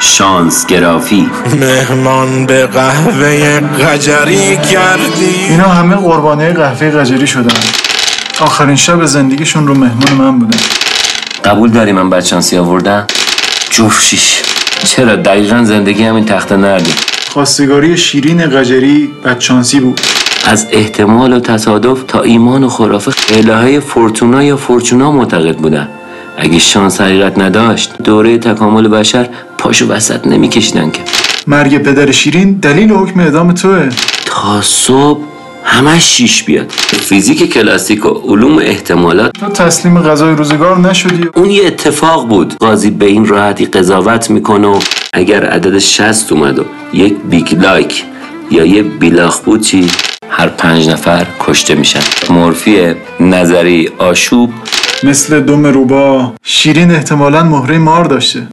شانس گرافی مهمان به قهوه قجری کردی اینا همه قربانه قهوه قجری شدن آخرین شب زندگیشون رو مهمون من بودن قبول داری من بدشانسی آوردم جوف شیش چرا دقیقا زندگی همین تخت نرده خواستگاری شیرین قجری بدشانسی بود از احتمال و تصادف تا ایمان و خرافه الهه فورتونا یا فورچونا معتقد بودن اگه شانس حقیقت نداشت دوره تکامل بشر پاشو وسط نمیکشیدن که مرگ پدر شیرین دلیل حکم اعدام توه تا صبح همش شیش بیاد فیزیک کلاسیک و علوم احتمالات تو تسلیم غذای روزگار نشدی اون یه اتفاق بود قاضی به این راحتی قضاوت میکنه و اگر عدد 60 اومد و یک بیگ لایک یا یه بیلاخ بود چی هر پنج نفر کشته میشن مورفی نظری آشوب مثل دم روبا شیرین احتمالا مهره مار داشته